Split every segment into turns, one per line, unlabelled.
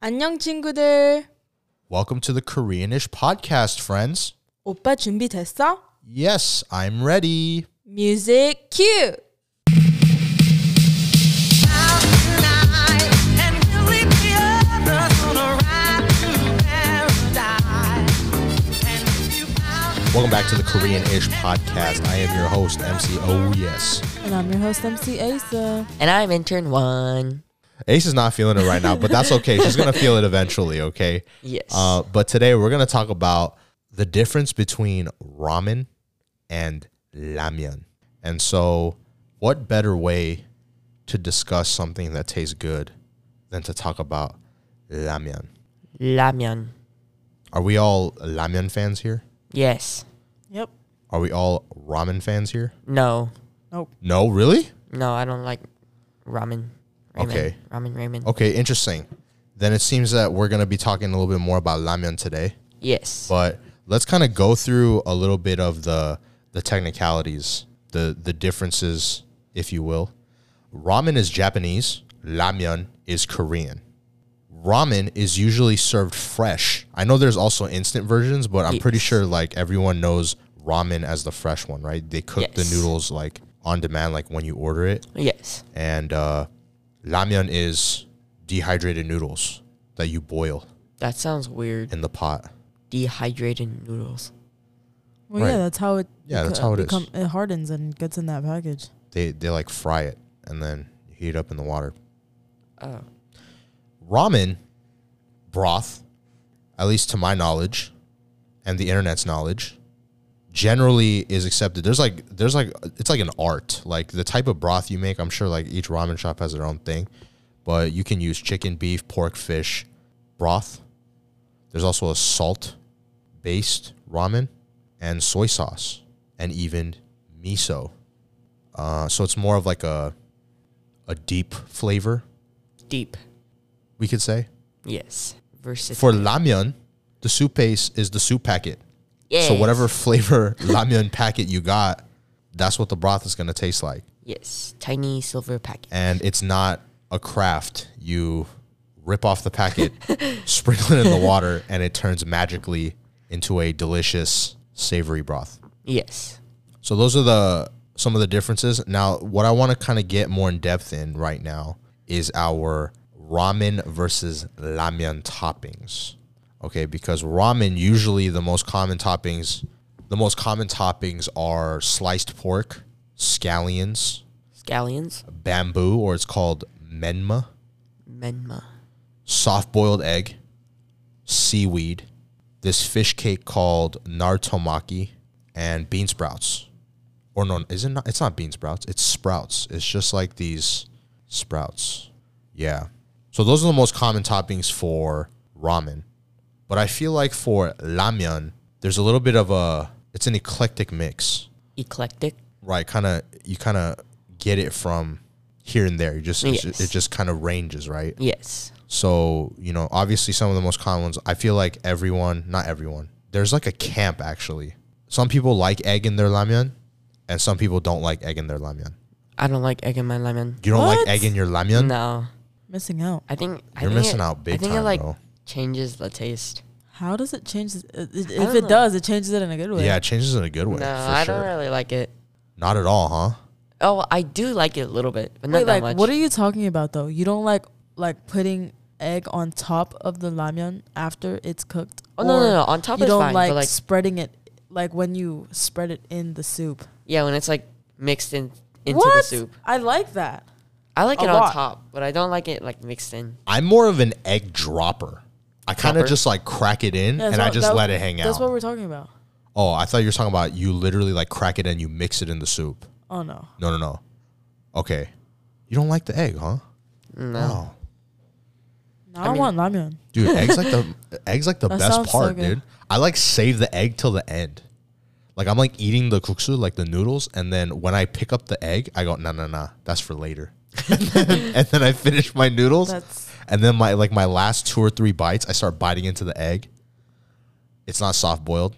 안녕 친구들.
Welcome to the Koreanish podcast, friends.
오빠 준비됐어?
Yes, I'm ready.
Music cue.
Welcome back to the Koreanish podcast. I am your host, MC Oh Yes.
And I'm your host MC Asa.
And I'm intern one.
Ace is not feeling it right now, but that's okay. She's gonna feel it eventually, okay?
Yes.
Uh, but today we're gonna talk about the difference between ramen and ramyun. And so, what better way to discuss something that tastes good than to talk about ramyun?
Ramyeon.
Are we all ramyun fans here?
Yes.
Yep.
Are we all ramen fans here?
No.
No, really?
No, I don't like ramen. ramen.
Okay.
Ramen, ramen.
Okay, interesting. Then it seems that we're going to be talking a little bit more about ramyun today,
Yes.
but let's kind of go through a little bit of the the technicalities, the the differences, if you will. Ramen is Japanese, ramyun is Korean. Ramen is usually served fresh. I know there's also instant versions, but I'm pretty
Yes.
sure like everyone knows ramen as the fresh one, right? They cook the
Yes.
noodles like on demand like when you order it.
yes.
and uh, ramyun is dehydrated noodles that you boil
That sounds weird.
in the pot.
Dehydrated noodles.
Well,
Right.
yeah, that's how it.
Yeah,
beco-
that's how it is.
become- It hardens and gets in that package.
They they like fry it and then heat it up in the water.
Oh.
Ramen broth, at least to my knowledge, and the internet's knowledge, generally is accepted. There's like there's like it's like an art. Like the type of broth you make, I'm sure like each ramen shop has their own thing, but you can use chicken, beef, pork, fish broth. There's also a salt based ramen and soy sauce and even miso. Uh, so it's more of like a a deep flavor,
Deep.
we could say.
Yes. Versus.
For ramyun, the soup base is the soup packet.
yes.
So whatever flavor ramyun packet you got, that's what the broth is going to taste like.
Yes. Tiny silver packet.
And it's not a craft. You rip off the packet, sprinkle it in the water, and it turns magically into a delicious savory broth.
Yes.
So those are the some of the differences. Now, what I want to kind of get more in depth in right now is our ramen versus ramyun toppings. Okay, because ramen usually the most common toppings, the most common toppings are sliced pork, scallions,
Scallions.
bamboo, or it's called menma,
Menma.
soft-boiled egg, seaweed, this fish cake called nartomaki, and bean sprouts. Or no, is it not? It's not bean sprouts. It's sprouts. It's just like these sprouts. Yeah. So those are the most common toppings for ramen. But I feel like for ramyun, there's a little bit of a. It's an eclectic mix,
Eclectic.
right? Kind of you kind of get it from here and there. You just it's-
Yes.
it just kind of ranges, right?
Yes.
So, you know, obviously some of the most common ones, I feel like everyone, not everyone, there's like a camp actually. Some people like egg in their ramyun and some people don't like egg in their ramyun.
I don't like egg in my lemon.
You don't
What?
like egg in your ramyun?
No.
Missing out.
I think I
You're
think
missing
it-
out big
I think it
time,
like
bro.
changes the taste.
How does it change? this- uh, it- If
don't
it
know.
does, it changes it in a good way.
Yeah, it changes in a good way, for
no, I
sure.
don't really like it.
Not at all, huh?
Oh, I do like it a little bit, but not
Wait,
that
like,
much.
what are you talking about though? You don't like like putting egg on top of the ramyun after it's cooked.
Oh no,
Or
no, no. On top
you
is
don't
fine,
like,
but like
spreading it like when you spread it in the soup.
yeah, when it's like mixed in into the soup.
I like that.
I like
A
it
lot.
on top, but I don't like it like mixed in.
I'm more of an egg dropper. I kind of
Dropper?
just like crack it in
Yeah, that's
and I
what-
just
that-
let it hang
That's what
out.
we're talking about.
Oh, I thought you were talking about you literally like crack it and you mix it in the soup.
Oh no.
No, no, no. Okay. You don't like the egg, huh? Oh.
No.
Wow.
No, I,
I mean-
want ramyun.
Dude, eggs like the eggs like the
That
best
sounds so
part,
good.
dude. I like save the egg till the end. Like I'm like eating the kuksu, like the noodles, and then when I pick up the egg, I go, nah nah nah, that's for later. and then I finish my noodles,
That's-
and then my like my last two or three bites, I start biting into the egg. It's not soft boiled.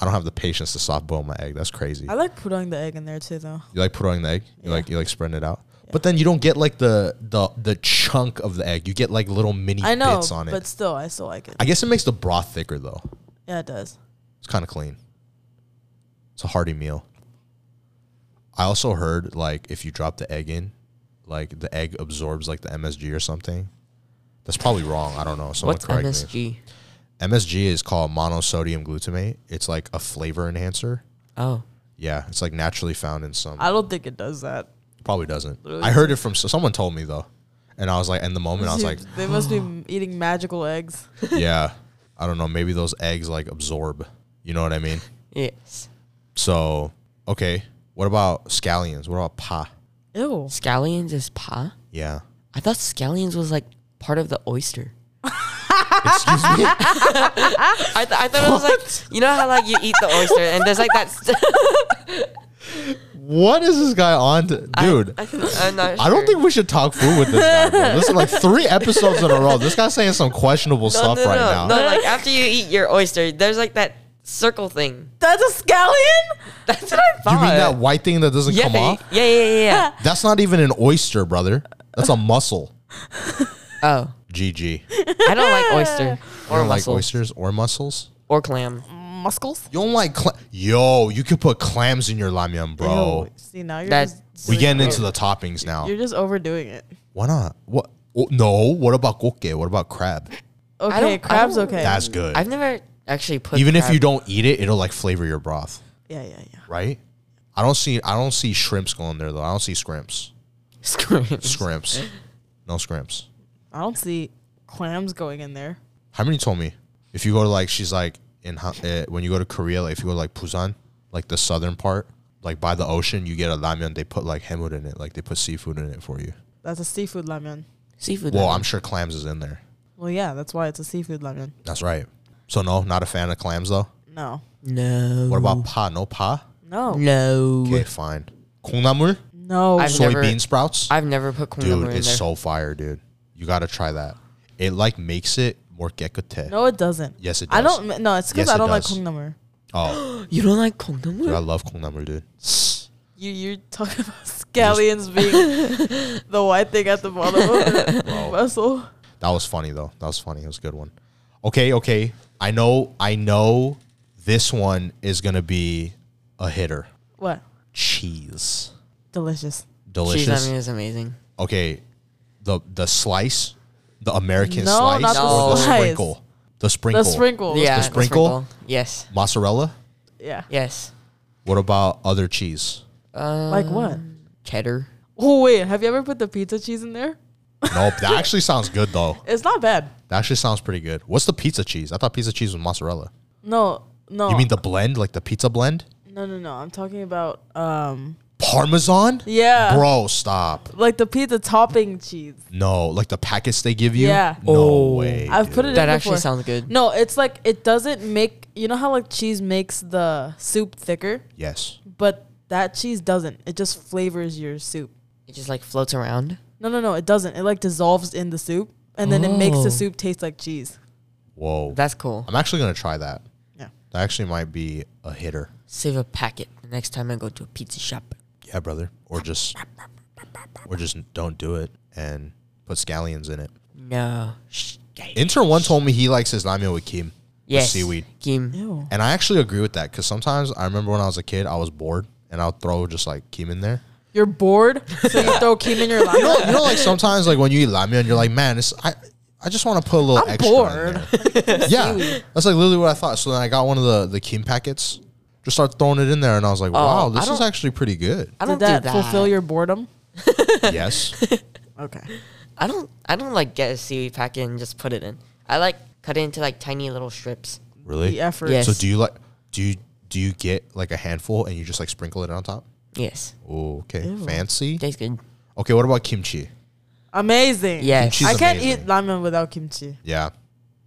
I don't have the patience to soft boil my egg. That's crazy.
I like putting the egg in there too though.
You like putting the egg? You like you like spreading it out? But then you don't get like the the the chunk of the egg. You get like little mini
I know,
bits on it.
but still, I still like it.
I guess it makes the broth thicker though.
yeah, it does.
It's kind of clean. It's a hearty meal. I also heard like if you drop the egg in, like the egg absorbs like the MSG or something. That's probably wrong. I don't know. Someone
What's
correct me.
MSG?
MSG is called monosodium glutamate. It's like a flavor enhancer.
Oh,
Yeah, it's like naturally found in some.
I don't think it does that.
probably doesn't. I heard it from so- someone told me though, and I was like, in the moment, I was like,
they must be eating magical eggs.
yeah, I don't know. Maybe those eggs like absorb. You know what I mean?
yes.
So okay, what about scallions? What about pa?
Ew.
Scallions is pa.
Yeah.
I thought scallions was like part of the oyster.
Excuse me.
I, th- I thought it was like you know how like you eat the oyster and there's like that. St-
What is this guy on, to? dude? I,
I, am not sure.
don't think we should talk food with this guy. Bro. This is like three episodes in a row. This guy's saying some questionable stuff
no, no,
right
no,
now.
No, like after you eat your oyster, there's like that circle thing.
That's a scallion?
That's what I thought.
You mean that white thing that doesn't
Yeah,
come off?
yeah, yeah, yeah.
That's not even an oyster, brother. That's a mussel.
yeah. oh,
GG.
I don't like oyster
You
or
don't like
mussel
oysters or mussels?
or clam.
Muscles?
You don't like cla- Yo, you could put clams in your lamian, bro.
Ew. See, now you're
That's-
just.
We
doing
getting
it.
into the toppings now.
You're just overdoing it.
Why not? What? Oh, no. What about gokke? What about crab?
Okay,
don't- I
crab's
don't-
okay.
That's good.
I've never actually put
Even if
crab-
you don't eat it, it'll like flavor your broth,
yeah, yeah, yeah.
right? I don't see. I don't see shrimps going there though. I don't see scrimps.
Screams.
Scrimps. No scrimps.
I don't see clams going in there.
How many told me if you go to like she's like in Ha- uh, when you go to Korea, like if you go to like Busan, like the southern part, like by the ocean, you get a ramyun. They put like hemud in it, like they put seafood in it for you.
That's a seafood lemon.
seafood.
Well,
ramen.
I'm sure clams is in there.
Well, yeah, that's why it's a seafood lemon.
That's right. So no, not a fan of clams though.
No.
no.
What about pa? No pa.
No.
no?
Okay, fine. Kongnamul,
No.
I've never-
soybean sprouts.
I've never put corn
dude,
in there.
it's so fire, dude. You gotta try that. It like makes it more gekute.
no, it doesn't.
Yes, it
I
does.
don't. No, it's
Yes,
because I
it
don't like
does.
Kongnamur.
Oh,
you don't like condom?
dude, I love kongnamul, dude.
You you're talking about scallions being the white thing at the bottom of the vessel.
That was funny though. That was funny. It was a good one. Okay, okay. I know I know this one is gonna be a hitter.
What?
Cheese.
Delicious.
Cheese on
Delicious.
me is amazing.
Okay. The the slice, the American
No,
slice
not
the
or the
slice.
sprinkle. The sprinkle.
The sprinkles.
yeah, the
sprinkle?
Yes,
Mozzarella?
Yeah.
yes.
What about other cheese?
Um,
Like what?
Cheddar.
Oh wait, have you ever put the pizza cheese in there?
Nope. That actually sounds good though.
It's not bad.
That actually sounds pretty good. What's the pizza cheese? I thought pizza cheese was mozzarella.
No, no.
You mean the blend, like the pizza blend?
No, no, no. I'm talking about um
Parmesan?
Yeah.
Bro, stop.
like the pizza topping cheese.
No, like the packets they give you.
Yeah.
No
Oh.
way.
I've put it
dude.
in
That actually
before.
sounds good.
No, it's like it doesn't make you know how like cheese makes the soup thicker,
Yes.
but that cheese doesn't. It just flavors your soup.
It just like floats around.
No, no, no, it doesn't. It like dissolves in the soup and then it makes
Oh.
the soup taste like cheese.
Whoa.
That's cool.
I'm actually gonna try that.
Yeah.
That actually might be a hitter.
Save a packet the next time I go to a pizza shop.
Yeah, brother. Or just, or just don't do it and put scallions in it.
No. Shh.
Intern one told me he likes his ramen with kim,
Yes.
seaweed.
Kim.
Ew.
and I actually agree with that because sometimes I remember when I was a kid, I was bored and I'll throw just like kim in there.
You're bored, so you throw keem in your
You know,
line.
you know, like sometimes like when you eat ramen, you're like, man, it's I. I just want to put a little
I'm
extra. in
bored.
there." yeah, that's like literally what I thought. So then I got one of the the kim packets, just started throwing it in there, and I was like, wow,
Oh, I
this is
don't-
actually pretty good.
I don't
Did that,
do that.
fulfill your boredom?
yes,
Okay.
I don't. I don't like get a seaweed packet and just put it in. I like cut it into like tiny little strips.
really.
The effort.
Yes.
So do you like do you do you get like a handful and you just like sprinkle it on top?
Yes.
Ooh, okay, fancy.
Tastes good.
Okay, what about kimchi?
Amazing.
Yes.
Kimchi's
I can't
amazing.
eat ramen without kimchi.
Yeah,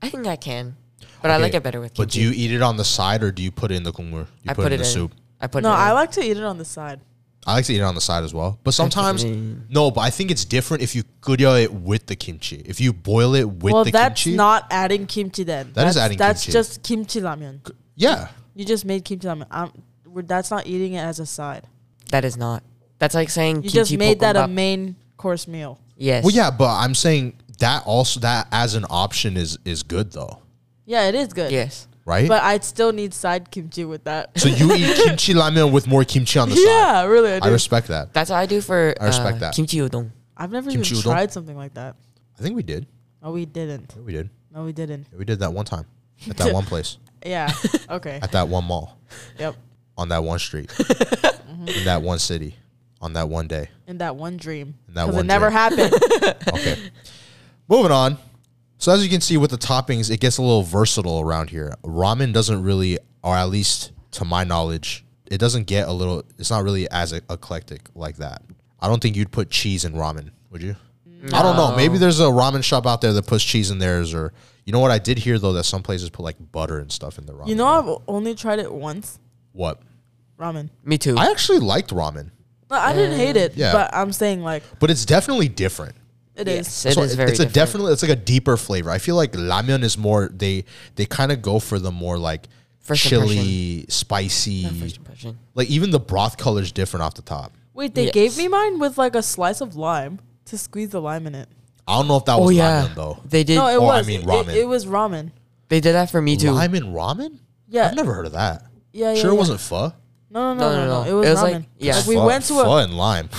I think I can, but I
Okay,
like it better with kimchi.
But do you eat it on the side or do you put it in the kumur? You
I put, it in
the soup.
I put
No,
it. in.
I like to eat it on the side.
I like to eat it on the side as well. But sometimes
in.
no, but I think it's different if you guryo it with the kimchi. If you boil it with
well,
the
that's
kimchi.
not adding kimchi then.
That is
that's,
adding
That's
kimchi.
just kimchi ramen.
yeah.
You just made kimchi ramen. I'm, we're, that's not eating it as a side.
That is not. That's like saying
You
kimchi
just made that a
bibimbap.
main course meal.
yes.
Well, yeah, but I'm saying that also that as an option is is good though,
Yeah, it is good.
Yes.
right?
But I'd still need side kimchi with that.
so you eat kimchi ramen with more kimchi on the side.
yeah, really. I do.
I respect that.
That's what I do for
I respect
uh,
that.
kimchi udon.
I've never
Kimchi udon?
even tried something like that.
I think we did.
No, we didn't.
I think we did.
No, we didn't.
We did that one time at that one place
Yeah. Okay.
at that one mall
yep.
on that one street in that one city on that one day.
In that one dream.
In that
Because it
one
never
dream.
happened.
Okay. Moving on. So as you can see with the toppings, it gets a little versatile around here. Ramen doesn't really, or at least to my knowledge, it doesn't get a little. It's not really as e- eclectic like that. I don't think you'd put cheese in ramen, would you? I don't know. Maybe there's a ramen shop out there that puts cheese in theirs, or you know what? I did hear though that some places put like butter and stuff in the ramen.
you know, I've only tried it once.
what?
Ramen.
Me too.
I actually liked ramen,
No, I didn't hate it,
Yeah.
but I'm saying like
but it's definitely different.
it is.
yes,
That's
it
why
is very.
it's a
different.
definitely it's like a deeper flavor. I feel like ramen is more they they kind of go for the more like
First
chili,
first
spicy.
impression.
Like even the broth color is different off the top.
Wait, they
Yes.
gave me mine with like a slice of lime to squeeze the lime in it.
I don't know if that
Oh
was
yeah,
ramen though.
they did.
No, it
Or, Oh, I
was.
mean,
it-
ramen.
It, was ramen.
they did that for me too.
Lime and ramen?
Yeah.
I've never heard of that.
Yeah, yeah.
sure,
yeah.
it wasn't pho.
No, no, no, no, no. It was, ramen.
like- yeah.
Like, we
Pho-
went to
pho
a
and lime.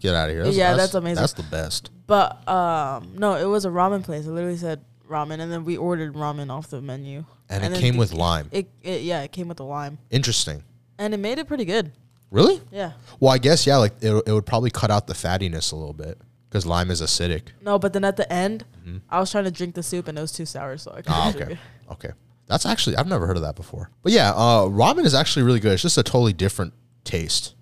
Get out of here.
Yeah, that's amazing.
That's the best.
but um no, it was a ramen place. It literally said ramen, and then we ordered ramen off the menu.
And, it
then
came
the-
with lime.
It, it yeah, it came with the lime,
Interesting.
and it made it pretty good.
Really?
Yeah.
Well, I guess yeah. Like it, it would probably cut out the fattiness a little bit because lime is acidic.
No, but then at the end, I was trying to drink the soup, and it was too sour, so I couldn't
Mm-hmm. Ah,
drink
okay.
it.
Okay. That's actually I've never heard of that before. But yeah, uh, ramen is actually really good. It's just a totally different taste.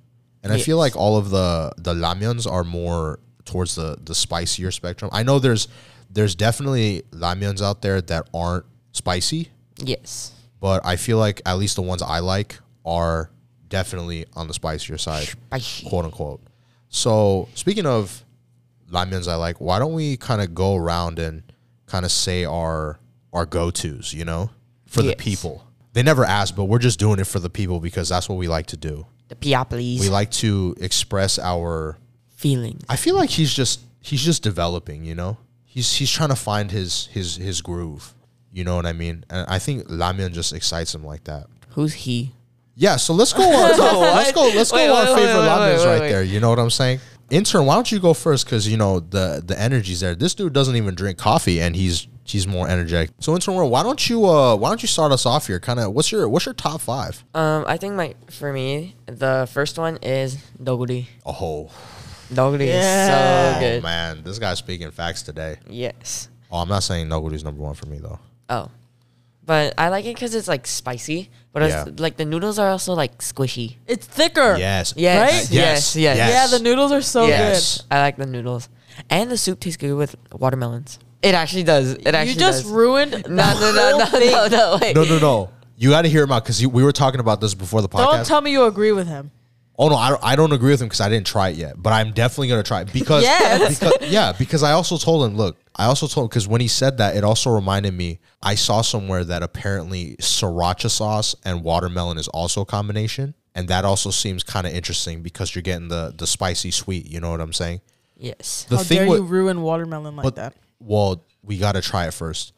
And I feel
Yes.
like all of the the ramyuns are more towards the the spicier spectrum. I know there's there's definitely ramyuns out there that aren't spicy,
Yes.
but I feel like at least the ones I like are definitely on the spicier side,
Spicy.
quote unquote. So speaking of ramyuns I like, why don't we kind of go around and kind of say our our go tos, you know, for
Yes.
the people. They never ask, but we're just doing it for the people because that's what we like to do.
The Piopolis
We like to express our.
feelings.
I feel like he's just he's just developing, you know. He's he's trying to find his his his groove. You know what I mean? And I think ramyun just excites him like that.
Who's he?
Yeah, so let's go. On, let's go. Let's go.
Wait,
our
wait, wait,
favorite
wait,
lamb
wait,
is
wait,
right
wait.
there. You know what I'm saying? Intern, why don't you go first? Because you know the the energy's there. This dude doesn't even drink coffee, and he's he's more energetic. So intern, Warren, why don't you uh why don't you start us off here? Kind of what's your what's your top five?
Um, I think my for me the first one is Doguri.
Oh,
Doguri is
Yeah.
so
oh
good.
man, this guy's speaking facts today.
Yes.
Oh, I'm not saying nobody's number one for me though.
Oh, but I like it because it's like spicy, but
Yeah.
it's, like the noodles are also like squishy.
It's thicker.
Yes,
Yes,
Right?
yes, yes.
Yeah, the noodles are so
Yes.
good.
I like the noodles, and the soup tastes good with watermelons. It actually does. It actually
you just
does.
ruined the
no, no,
whole
no, no,
thing.
no, no, wait.
No, no, no. You got to hear him out because we were talking about this before the podcast.
Don't tell me you agree with him.
Oh no, I don't, I don't agree with him because I didn't try it yet, but I'm definitely gonna try it because,
Yes.
because- yeah, because I also told him. Look, I also told because when he said that, it also reminded me I saw somewhere that apparently sriracha sauce and watermelon is also a combination, and that also seems kind of interesting because you're getting the the spicy sweet. You know what I'm saying?
Yes.
The
How dare you ruin watermelon like that?
well, we gotta try it first.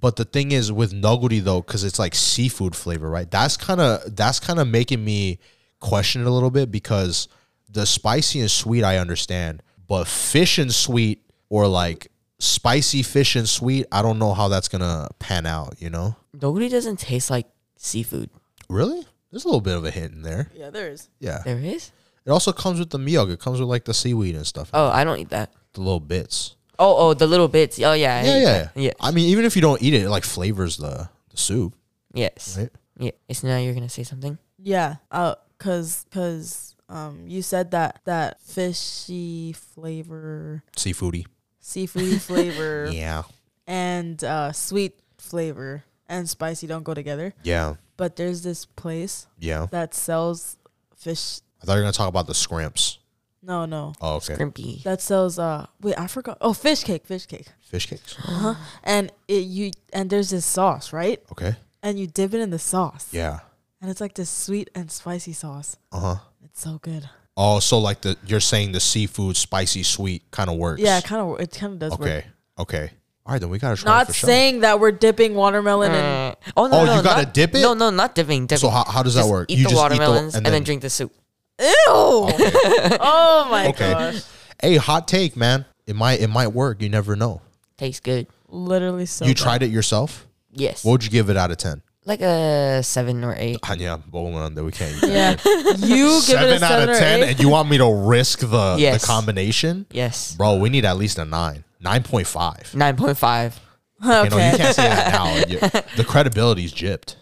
But the thing is with noguri though, because it's like seafood flavor, right? That's kind of that's kind of making me question it a little bit because the spicy and sweet I understand, but fish and sweet or like spicy fish and sweet, I don't know how that's gonna pan out. You know,
Doguri doesn't taste like seafood.
really? There's a little bit of a hint in there.
Yeah, there is.
Yeah.
There is.
It also comes with the miyog. It comes with like the seaweed and stuff,
Oh, I don't eat that.
the little bits.
Oh, oh, the little bits. Oh, yeah. I
Yeah,
eat
yeah,
that. Yeah.
I mean, even if you don't eat it, it like flavors the, the soup,
Yes.
right?
Yeah. It's now you're gonna say something.
Yeah, uh, cause, cause, um, you said that that fishy flavor,
Seafoody.
seafood flavor,
Yeah.
and uh, sweet flavor and spicy don't go together.
Yeah.
But there's this place
Yeah.
that sells fish.
I thought you were going to talk about the scrimps.
No, no,
Oh, okay.
Crimpy.
that sells. Uh, wait, I forgot. Oh, fish cake, fish cake.
Fish cakes.
Uh huh. And it you and there's this sauce, right?
Okay.
And you dip it in the sauce.
Yeah.
And it's like this sweet and spicy sauce.
Uh huh.
It's so good.
Oh, so like the you're saying the seafood spicy sweet kind of works.
Yeah, it kind of it kind of does work.
Okay. Okay. All right, then we gotta try it
Not
for sure.
saying that we're dipping watermelon in
Uh, oh no!
Oh,
no,
you gotta
not-
dip it?
No, no, not dipping. dipping.
So how, how does that
Just
work?
Eat the
just
watermelons and, then, drink the soup.
Ew! oh my
Okay.
gosh.
Hey, hot take, man. It might it might work. You never know.
Tastes good.
Literally so.
you
bad.
tried it yourself.
Yes.
What would you give it out of ten?
Like a seven or eight.
Ah, yeah, but we went on there. We can't.
Yeah. You give
seven
it a
out
seven
of
or
ten,
eight.
and you want me to risk the
Yes.
the combination,
Yes.
bro? We need at least a nine, nine point five.
Nine point five.
You know,
Okay.
you can't say that now. You- the credibility's gypped.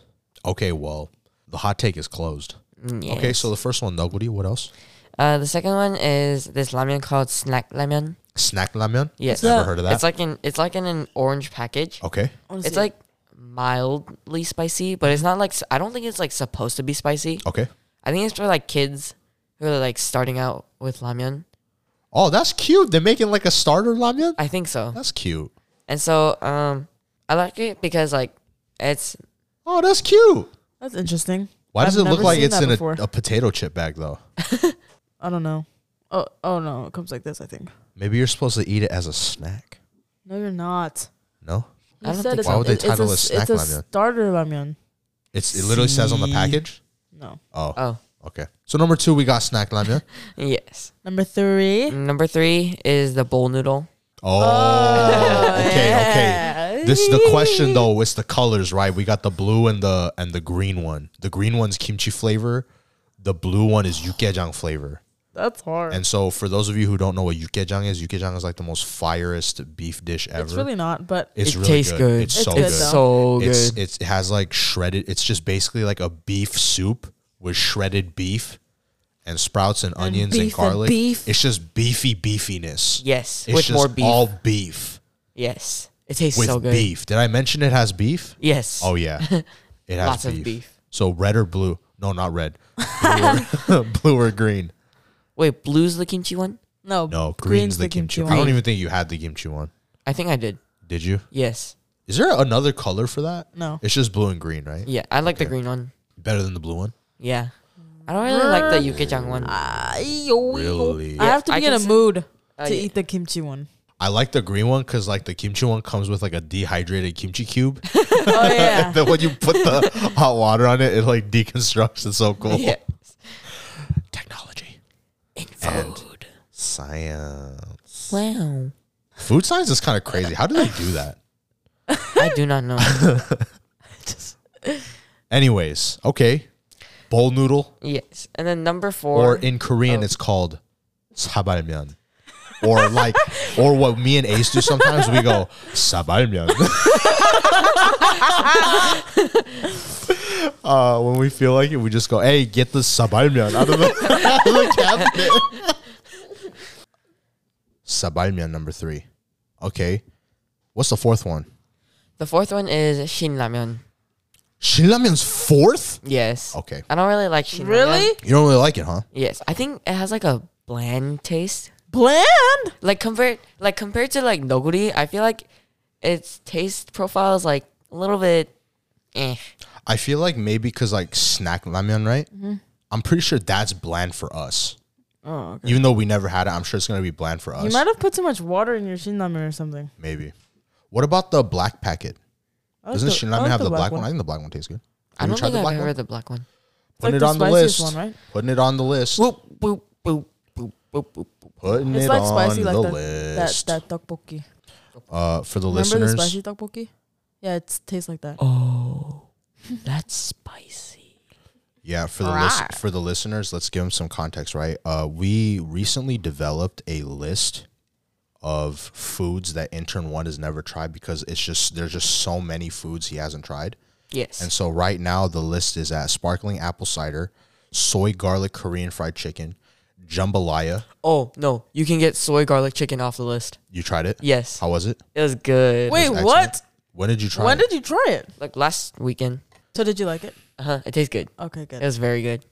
Okay, well, the hot take is closed.
Mm, Yes.
Okay, so the first one, Noguri, what else?
Uh, the second one is this ramen called snack lemon.
Snack ramen.
Yes.
What's
Never
that?
heard of that. Oh.
It's like in it's like in an orange package.
okay.
Wanna
It's
see it.
like mildly spicy, but it's not like s- I don't think it's like supposed to be spicy.
Okay.
I think it's for like kids who are like starting out with ramyun.
Oh, that's cute. They're making like a starter ramen.
I think so.
That's cute.
And so um I like it because like it's
Oh, that's cute.
That's interesting.
Why does
I've
it look
never
like
seen
it's
that
in a,
before.
a potato chip bag though?
I don't know. Oh, oh no, it comes like this. I think.
Maybe you're supposed to eat it as a snack.
No, you're not.
No,
You
I don't
said
think
it's
so.
a-
Why would they
it's a
title
s-
it snack
It's a
ramyun?
starter ramyun.
it's it literally says on the
See.
package.
No.
Oh,
oh
okay. So number two, we got snack ramen.
yes.
Number three.
Number three is the bowl noodle.
Oh,
Oh,
okay, okay. This is the question though. It's the colors, right? We got the blue and the and the green one. The green one's kimchi flavor. The blue one is yukgaejang flavor.
That's hard.
And so, for those of you who don't know what yukgaejang is, yukgaejang is like the most firest beef dish ever.
it's really not, but
It's
It
really
tastes good.
It's,
It's
so
good,
good.
though.
So Oh, good.
It's, it's it has like shredded. It's just basically like a beef soup with shredded beef and sprouts and onions and,
beef and
garlic.
beef.
It's just beefy beefiness.
yes,
it's
with
just
more beef.
all beef
yes, it tastes
with
so good.
beef. Did I mention it has beef?
Yes.
Oh yeah, it has
Lots of
beef.
beef.
So red or blue? No, not red. Blue or, blue or green?
Wait, blue's the kimchi one?
no.
No, green's the kimchi. one. I don't even think you had the kimchi one.
I think I did.
Did you?
Yes.
Is there another color for that?
No.
It's just blue and green, right?
Yeah, I like the green one.
Better than the blue one.
Yeah. I don't really like the yukijang one.
Really?
I have to
I
be in
can
a
s-
mood
Uh,
to
yeah.
eat the kimchi one.
I like the green one because like the kimchi one comes with like a dehydrated kimchi cube.
Oh yeah.
then when you put the hot water on it, it like deconstructs. It's so cool.
Yeah.
Technology,
In food.
science,
Wow.
food science is kind of crazy. How do they do that?
I do not know.
Anyways, okay, bowl noodle,
yes. And then number
or,
four.
in Korean, it's called sabalmyeon. Or like, or what me and Ace do sometimes, we go sabalmyeon. uh, when we feel like it, we just go, "Hey, get the sabalmyeon out of the, out of the cabinet." sabalmyeon number three. Okay, what's the fourth one?
the fourth one is shin ramyun.
Shinramyeon's fourth.
Yes.
Okay,
I don't really like shin
really?
ramyun.
you don't really like it, huh?
Yes. I think it has like a bland taste.
Bland?
Like compared like compared to like noguri, I feel like its taste profile is like a little bit eh.
I feel like maybe because like snack ramyun, right?
Mm-hmm.
I'm pretty sure that's bland for us.
Oh, okay.
Even though we never had it, I'm sure it's gonna be bland for
You
us.
might have put too much water in your shinramen or something.
maybe. What about the black packet?
I like
Doesn't
the-
shin
I like
ramen have the black, one? I think the black one tastes good.
I
Have you
don't
tried
think I've ever
one?
heard the black one.
Putting it
like the
on the list.
spiciest one, right?
Putting it on the list.
Boop boop boop boop boop boop. boop.
Putting
It's
it
like
on
spicy, like
the
that, that
list.
that tteokbokki.
uh, for the
Remember the
listeners,
spicy tteokbokki? Yeah, it tastes like that.
Oh, that's spicy.
yeah, for the
Right.
lis- for the listeners, let's give them some context, right? Uh, we recently developed a list of foods that intern one has never tried because it's just there's just so many foods he hasn't tried.
Yes.
And so right now the list is at sparkling apple cider, soy garlic Korean fried chicken, jambalaya.
oh no, you can get soy garlic chicken off the list.
You tried it?
Yes,
How was it?
it was good.
Wait,
Excellent.
what?
When did you try
When
it?
did you try it?
like last weekend.
So did you like it?
Uh huh. It tastes good.
Okay, good.
It was very good.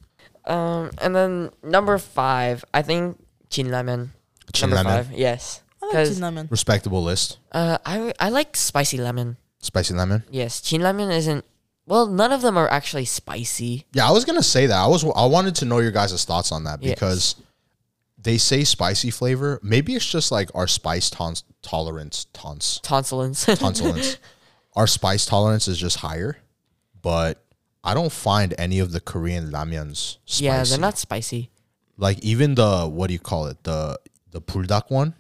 Um, and then number five, I think chin ramen.
Chin
number
ramen.
five, yes.
I like
'Cause,
shinramen.
Respectable list.
uh, I I like spicy lemon.
Spicy lemon.
Yes, chin ramen isn't. Well, none of them are actually spicy.
Yeah, I was gonna say that. I was I wanted to know your guys' thoughts on that
Yes.
because they say spicy flavor. Maybe it's just like our spice tons tolerance tons
Tonsillins.
tonsilins. Our spice tolerance is just higher, but I don't find any of the Korean ramyuns spicy.
yeah, they're not spicy.
like even the what do you call it the the puldak one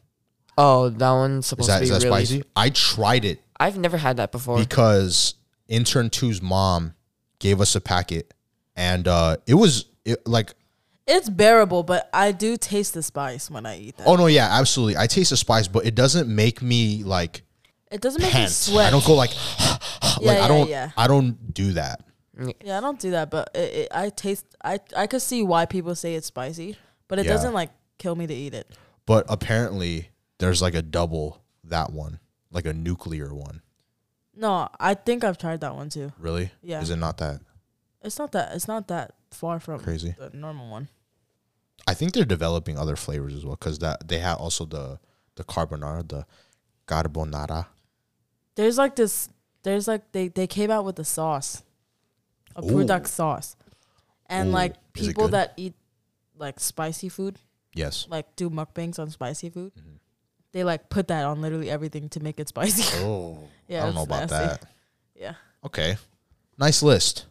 Oh, that one's
is
supposed
that
to
is
be
that
really.
spicy? I tried it
I've never had that before.
because intern two's mom gave us a packet, and uh it was it, like
It's bearable, but I do taste the spice when I eat that.
oh no yeah absolutely I taste the spice but it doesn't make me like
it doesn't make me
pant
sweat.
I don't go like like
yeah,
I don't
yeah.
I don't do that
yeah, I don't do that, but it, it, I taste. I I could see why people say it's spicy, but it
Yeah.
doesn't like kill me to eat it.
but apparently there's like a double that one like a nuclear one
No, I think I've tried that one too.
really
Yeah.
is it not that
It's not that. It's not that far from
Crazy.
the normal one.
I think they're developing other flavors as well because that they had also the the carbonara, the carbonara.
There's like this. There's like they they came out with a sauce, a
Ooh.
product sauce, and
Ooh,
like
is it
people
good?
that eat like spicy food,
Yes.
like do mukbangs on spicy food,
Mm-hmm.
they like put that on literally everything to make it spicy.
Oh,
Yeah,
I don't know
it's
about
nasty.
that.
yeah,
Okay, nice list.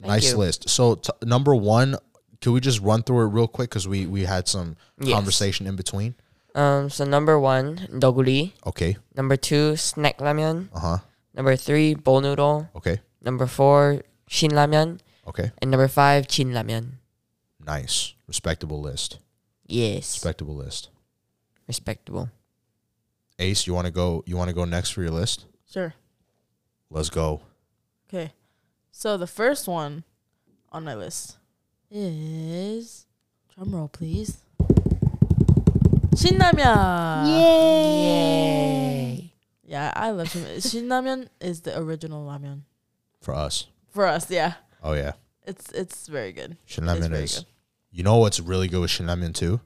Thank
nice
you.
list. So t- number one, can we just run through it real quick because we we had some
Yes.
conversation in between.
Um, so number one, doguri.
Okay.
Number two, snack ramyun.
Uh huh.
Number three, bowl noodle.
Okay.
Number four, shin ramyun.
Okay.
And number five, chin ramyun.
Nice. Respectable list.
Yes.
Respectable list.
Respectable.
Ace, you want to go? You want to go next for your list?
sure.
Let's go.
Okay, so the first one on my list is drum roll, please. Shinramyeon.
Yay.
Yeah, I love Shinramyeon. Shinramyeon is the original ramyeon
For us.
for us. Yeah,
Oh yeah.
it's it's very good.
Shinramen
very
is.
good.
You know what's really good with shinramen too?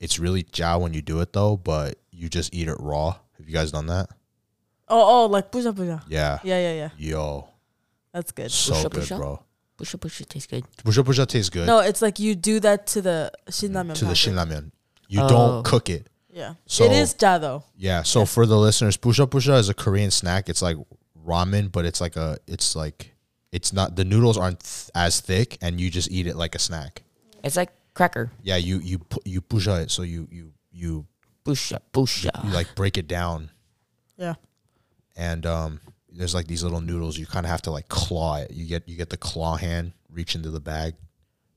It's really jiao when you do it though, but you just eat it raw. Have you guys done that?
Oh, oh, like puja puja.
Yeah.
Yeah, yeah, yeah.
Yo,
That's good.
so
Pusha,
good,
pusha?
bro.
Pusha pusha tastes good.
Pusha pusha tastes good
No, it's like you do that to the shinramen.
to the
packet.
shinramen. You
Oh.
don't cook it.
Yeah.
So-
it is ja though.
Yeah. So for the listeners, pusha pusha is a Korean snack. It's like ramen, but it's like a. It's like it's not the noodles aren't th- as thick, and you just eat it like a snack.
It's like cracker.
Yeah. You you pu- you pusha it, so you you you,
Pusha
you
pusha.
like break it down.
Yeah.
and um, there's like these little noodles. You kind of have to like claw it. You get you get the claw hand, reach into the bag,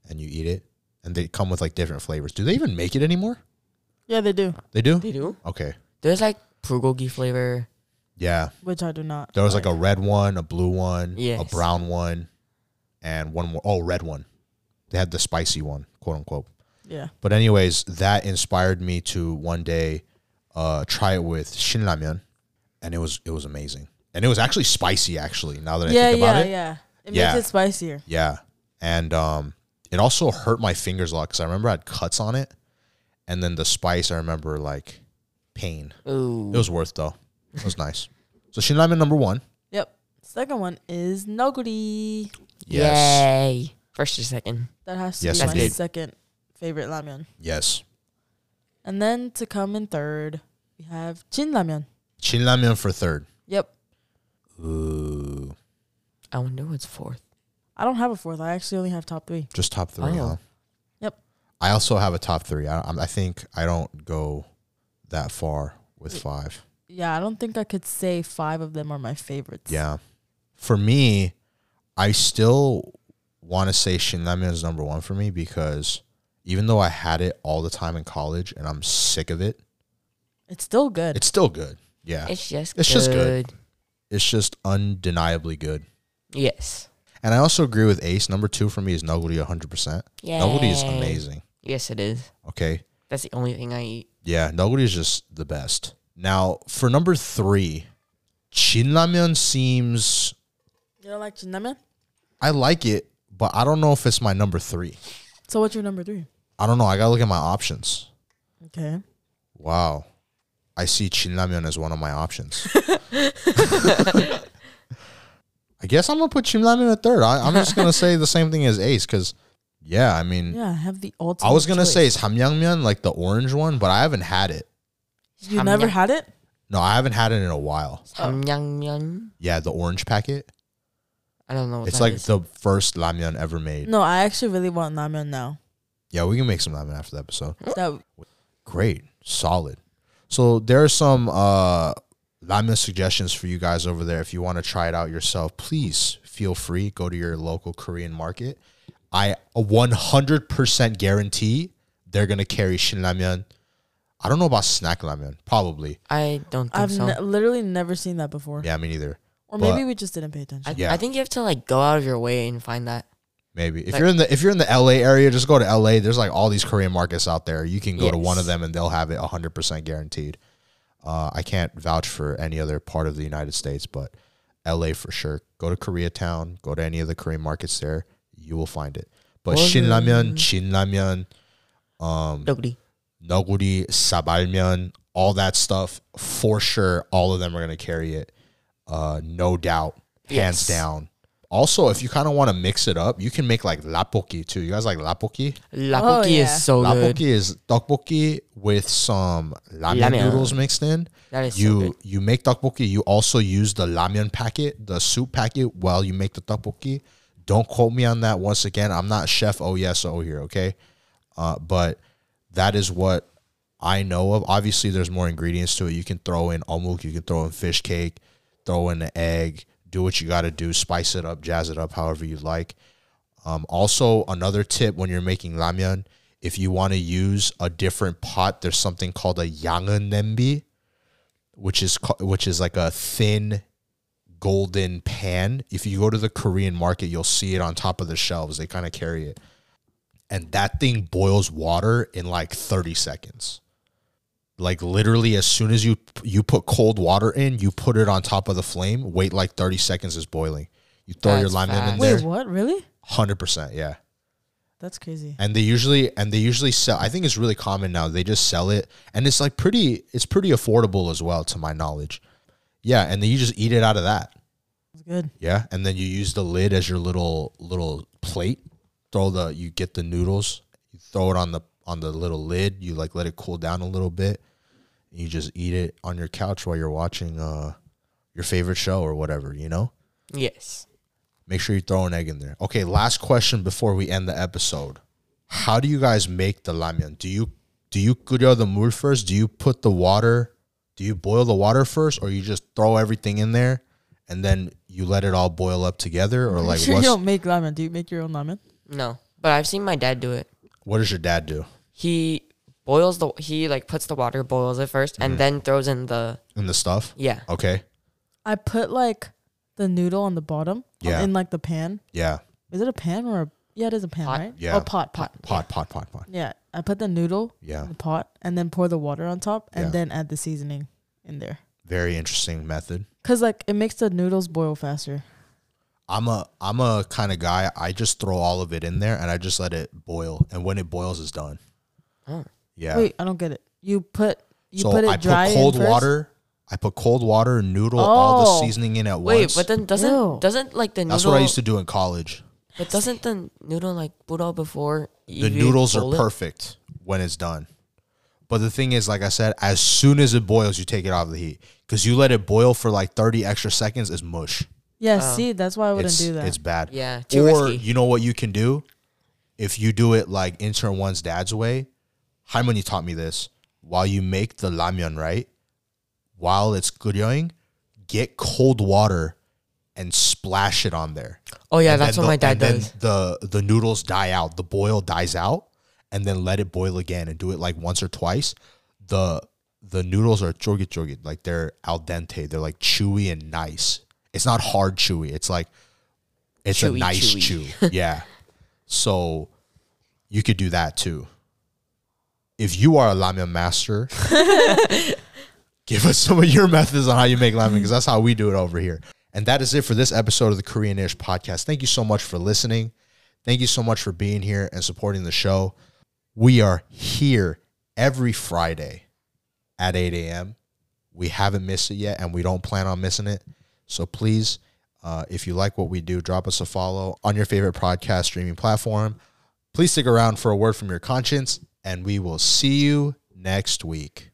and you eat it. And they come with like different flavors. Do they even make it anymore?
Yeah, they do.
They do.
They do.
Okay.
There's like bulgogi flavor.
Yeah.
Which I do not.
There was like a red one, a blue one, a
Yes.
brown one, and one more. Oh, red one. They had the spicy one, quote unquote.
Yeah.
But anyways, that inspired me to one day uh, try it with shinramyeon, and it was it was amazing. And it was actually spicy. Actually, now that I
yeah,
think about
yeah,
it,
yeah. It
Yeah.
makes it spicier.
Yeah. And um, it also hurt my fingers a lot because I remember I had cuts on it. And then the spice, I remember like pain.
Ooh.
It was worth though. It was nice. So Shinramen number one.
Yep. Second one is noguri.
Yes.
Yay. First or second.
That has to
Yes,
be my
indeed.
second favorite ramyeon.
Yes.
And then to come in third, we have chin ramyeon.
Shinramen for third.
Yep.
Ooh.
I wonder what's fourth.
I don't have a fourth. I actually only have top three.
Just top three.
Oh.
Huh?
Yep.
I also have a top three. I, I'm- I think I don't go that far with five.
Yeah, I don't think I could say five of them are my favorites.
Yeah. For me, I still want to say Shinramen is number one for me because even though I had it all the time in college and I'm sick of it,
It's still good.
it's still good. Yeah. It's,
It's just
Uh, It's
good.
just good. just undeniably good.
Yes.
And I also agree with Ace. Number two for me is Noguri 100%. Noguri is
Yay.
amazing.
Yes, it is.
Okay.
That's the only thing I eat.
Yeah. Noguri is just the best. Now, for number three, Shinramen seems.
you don't like chin ramyeon?
I like it, but I don't know if it's my number three.
So what's your number three?
I don't know. I got to look at my options.
Okay.
Wow. I see Chinlamyeon as one of my options. I guess I'm gonna put Chinlamyeon at third. I, I'm just gonna say the same thing as Ace because Yeah, I mean,
Yeah, I have the ultimate.
I was gonna
choice.
say it's hamyangmyeon, like the orange one, but I haven't had it.
you never had it.
No, I haven't had it in a while.
Samyangmyeon?
Yeah, the orange packet.
I don't know. What
it's
that
like
is.
the first ramyun ever made.
No, I actually really want ramen now.
Yeah, we can make some ramen after the episode.
That
Great, solid. So there are some uh, ramen suggestions for you guys over there. If you want to try it out yourself, please feel free. Go to your local Korean market. I 100% guarantee they're gonna carry shin ramyun. I don't know about snack ramyun, probably.
I don't think
I've
so.
ne- literally never seen that before.
Yeah, me neither.
or
but-
maybe we just didn't pay attention.
I,
Yeah.
I think you have to like go out of your way and find that.
Maybe if
Like-
you're in the if you're in the LA area, just go to LA. There's like all these Korean markets out there. You can go to one of
Yes.
them and they'll have it 100 percent guaranteed. Uh, I can't vouch for any other part of the United States, but LA for sure. Go to Koreatown. Go to any of the Korean markets there. You will find it. But
Well, mm.
Shinlamyeon,
then-
Shinlamyeon, Um,
Nobody.
Noguri, Sabalmyeon, all that stuff for sure. All of them are gonna carry it, uh, no doubt, hands
Yes.
down. Also, if you kind of want to mix it up, you can make like lapoki too. You guys like lapoki?
Lapoki
Oh, yeah.
is so Oh, good.
Lapoki is tteokbokki with some ramen,
Ramen.
noodles mixed in.
That is so
you
good.
you make tteokbokki. You also use the ramen packet, the soup packet, while you make the tteokbokki. Don't quote me on that. Once again, I'm not chef. Oh yes, oh here, okay. Uh, but that is what I know of. Obviously, there's more ingredients to it. You can throw in omuk, you can throw in fish cake, throw in an egg. Do what you got to do. Spice it up, jazz it up, however you like. Um, also, another tip when you're making ramyun, if you want to use a different pot, there's something called a yangeun nembi, which is ca- which is like a thin golden pan. If you go to the Korean market, you'll see it on top of the shelves. They kind of carry it, and that thing boils water in like 30 seconds. Like literally, as soon as you you put cold water in, you put it on top of the flame. Wait like 30 seconds is boiling. You throw your
That's
ramyun in
fast.
there.
Wait, what? Really?
Hundred percent, yeah.
That's crazy.
And they usually and they usually sell. I think it's really common now. They just sell it, and it's like pretty. It's pretty affordable as well, to my knowledge. Yeah, and then you just eat it out of that.
That's good.
Yeah, and then you use the lid as your little little plate. Throw the you get the noodles. You throw it on the on the little lid. You like let it cool down a little bit. And you just eat it on your couch while you're watching uh your favorite show or whatever. You know.
Yes.
Make sure you throw an egg in there. Okay, last question before we end the episode. How do you guys make the ramyun? Do you do you kuryo the mul first? Do you put the water? Do you boil the water first, or you just throw everything in there and then you let it all boil up together? Or like,
sure you
what's,
don't make ramen. Do you make your own ramen?
No. But I've seen my dad do it.
what does your dad do
He boils the he like puts the water, boils it 1st
Mm-hmm.
and then throws in the
in the stuff?
yeah.
Okay,
I put like the noodle on the bottom. uh,
Yeah.
In like the pan.
yeah,
Is it a pan or a? Yeah, it is a pan,
Pot.
right?
Yeah.
Oh, pot, pot,
pot, pot, pot, pot.
Yeah, I put the noodle
Yeah,
in the pot and then pour the water on top and
Yeah.
then add the seasoning in there.
very interesting method.
Cause like it makes the noodles boil faster.
I'm a I'm a kind of guy. I just throw all of it in there and I just let it boil. And when it boils, it's done.
Oh.
Yeah.
Wait, I don't get it. You put you
so
put it
I
dry
put cold
in first?
water. I put cold water, noodle, all
Oh.
the seasoning in at
Wait,
once.
but then doesn't
Ew.
doesn't like the noodle
That's what I used to do in college.
But doesn't the noodle like put out before
The noodles are perfect when it's done. But the thing is, like I said, as soon as it boils, you take it off the heat because you let it boil for like 30 extra seconds is mush.
Yeah, see, that's why I wouldn't
It's,
do that.
it's bad.
Yeah, too
or
risky.
you know what you can do? If you do it like intern one's dad's way, Haimani taught me this. While you make the ramyun, right? While it's guryoing, get cold water and splash it on there.
Oh yeah,
And
that's
then
what
the-
my
and
dad
then
does.
the the noodles die out, the boil dies out, and then let it boil again and do it like once or twice. The the noodles are chorgit chorgit, like they're al dente. They're like chewy and nice. It's not hard chewy. It's like it's a
Chewy,
nice
chewy.
chew. Yeah. So you could do that too. If you are a ramen master, give us some of your methods on how you make ramen because that's how we do it over here. And that is it for this episode of the Korean Ish podcast. Thank you so much for listening. Thank you so much for being here and supporting the show. We are here every Friday at 8 a.m. We haven't missed it yet, and we don't plan on missing it. So please, uh, if you like what we do, drop us a follow on your favorite podcast streaming platform. Please stick around for a word from your conscience, and we will see you next week.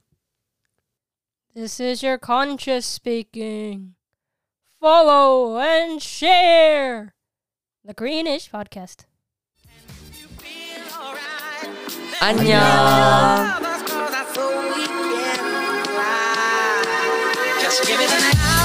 This is your conscious speaking. Follow and share the Greenish podcast.
안녕.
Just give me the night.